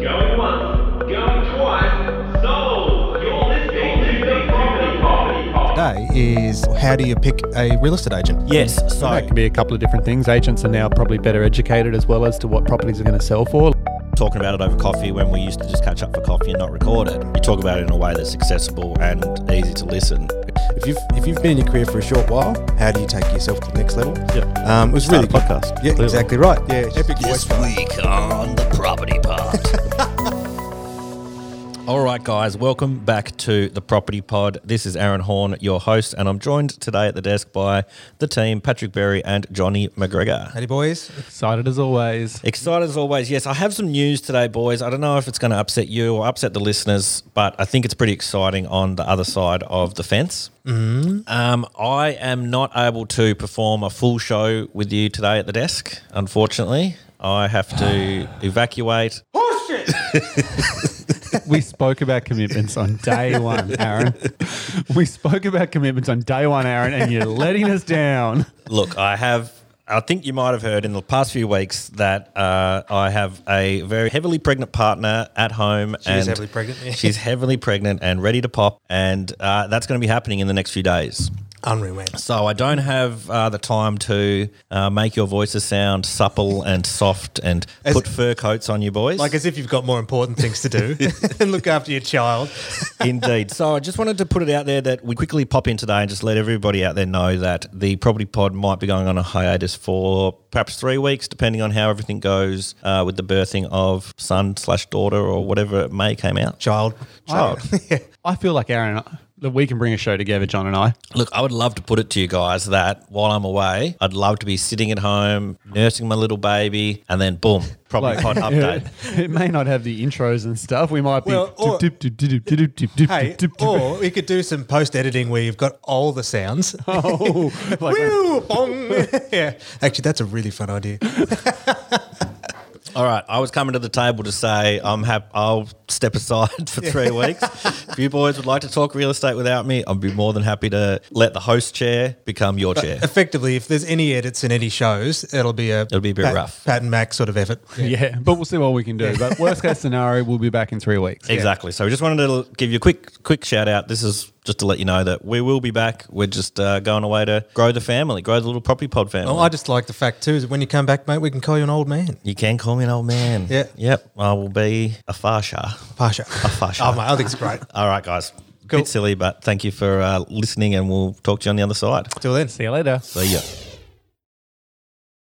Going once, going twice, sold. You're listening to the Property Property Pod. today is how do you pick a real estate agent? Yes, so That can be a couple of different things. Agents are now probably better educated as well as to what properties are going to sell for. talking about it over coffee when we used to just catch up for coffee and not record it. You talk about it in a way that's accessible and easy to listen. If you've if you've been in your career for a short while, how do you take yourself to the next level? Yeah. Um, it was Start really a podcast, Yeah, clearly. exactly right. Yeah, epic voice. This week on the property pod. All right, guys, welcome back to the property pod. This is Aaron Horn, your host, and I'm joined today at the desk by the team Patrick Berry and Johnny McGregor. Howdy boys. Excited as always. Excited as always. Yes, I have some news today, boys. I don't know if it's going to upset you or upset the listeners, but I think it's pretty exciting on the other side of the fence. Mm-hmm. Um, I am not able to perform a full show with you today at the desk, unfortunately. I have to evacuate. We spoke about commitments on day one, Aaron. we spoke about commitments on day one, Aaron, and you're letting us down. Look, I have. I think you might have heard in the past few weeks that uh, I have a very heavily pregnant partner at home. She is heavily pregnant, yeah. She's heavily pregnant and ready to pop, and uh, that's going to be happening in the next few days. Unreal man. So I don't have uh, the time to uh, make your voices sound supple and soft and As- put fur coats on you boys. Like as if you've got more important things to do and look after your child. Indeed. So I just wanted to put it out there that we quickly pop in today and just let everybody out there know that the property pod might be going on a hiatus for perhaps three weeks, depending on how everything goes uh, with the birthing of son slash daughter or whatever it may came out. Child. Oh. Child. I feel like Aaron that we can bring a show together, John and I. Look, I would love to put it to you guys that while I'm away, I'd love to be sitting at home nursing my little baby, and then boom, property pod update. It, it may not have the intros and stuff. We might be. Well, or- Hey, Oh, or we could do some post editing where you've got all the sounds. Oh, like a- Woo, bong. yeah. Actually, that's a really fun idea. All right, I was coming to the table to say I'm hap- I'll step aside for three weeks. if you boys would like to talk real estate without me, I'd be more than happy to let the host chair become your chair. Effectively, if there's any edits in any shows, it'll be a It'll be a bit Pat, rough. Pat and Mac sort of effort. yeah, but we'll see what we can do. But worst case scenario, we'll be back in three weeks. Exactly. So we just wanted to give you a quick quick shout out. This is just to let you know that we will be back. We're just uh, going away to grow the family, grow the little property pod family. Oh, I just like the fact too is that when you come back, mate, we can call you an old man, you can call me an old man. Yeah. Yep. I will be a fasha. Pasha. A fasha. Oh, mate, I think it's great. All right, guys. Cool. Bit silly, but thank you for uh, listening, and we'll talk to you on the other side. Till then. See you later. See ya.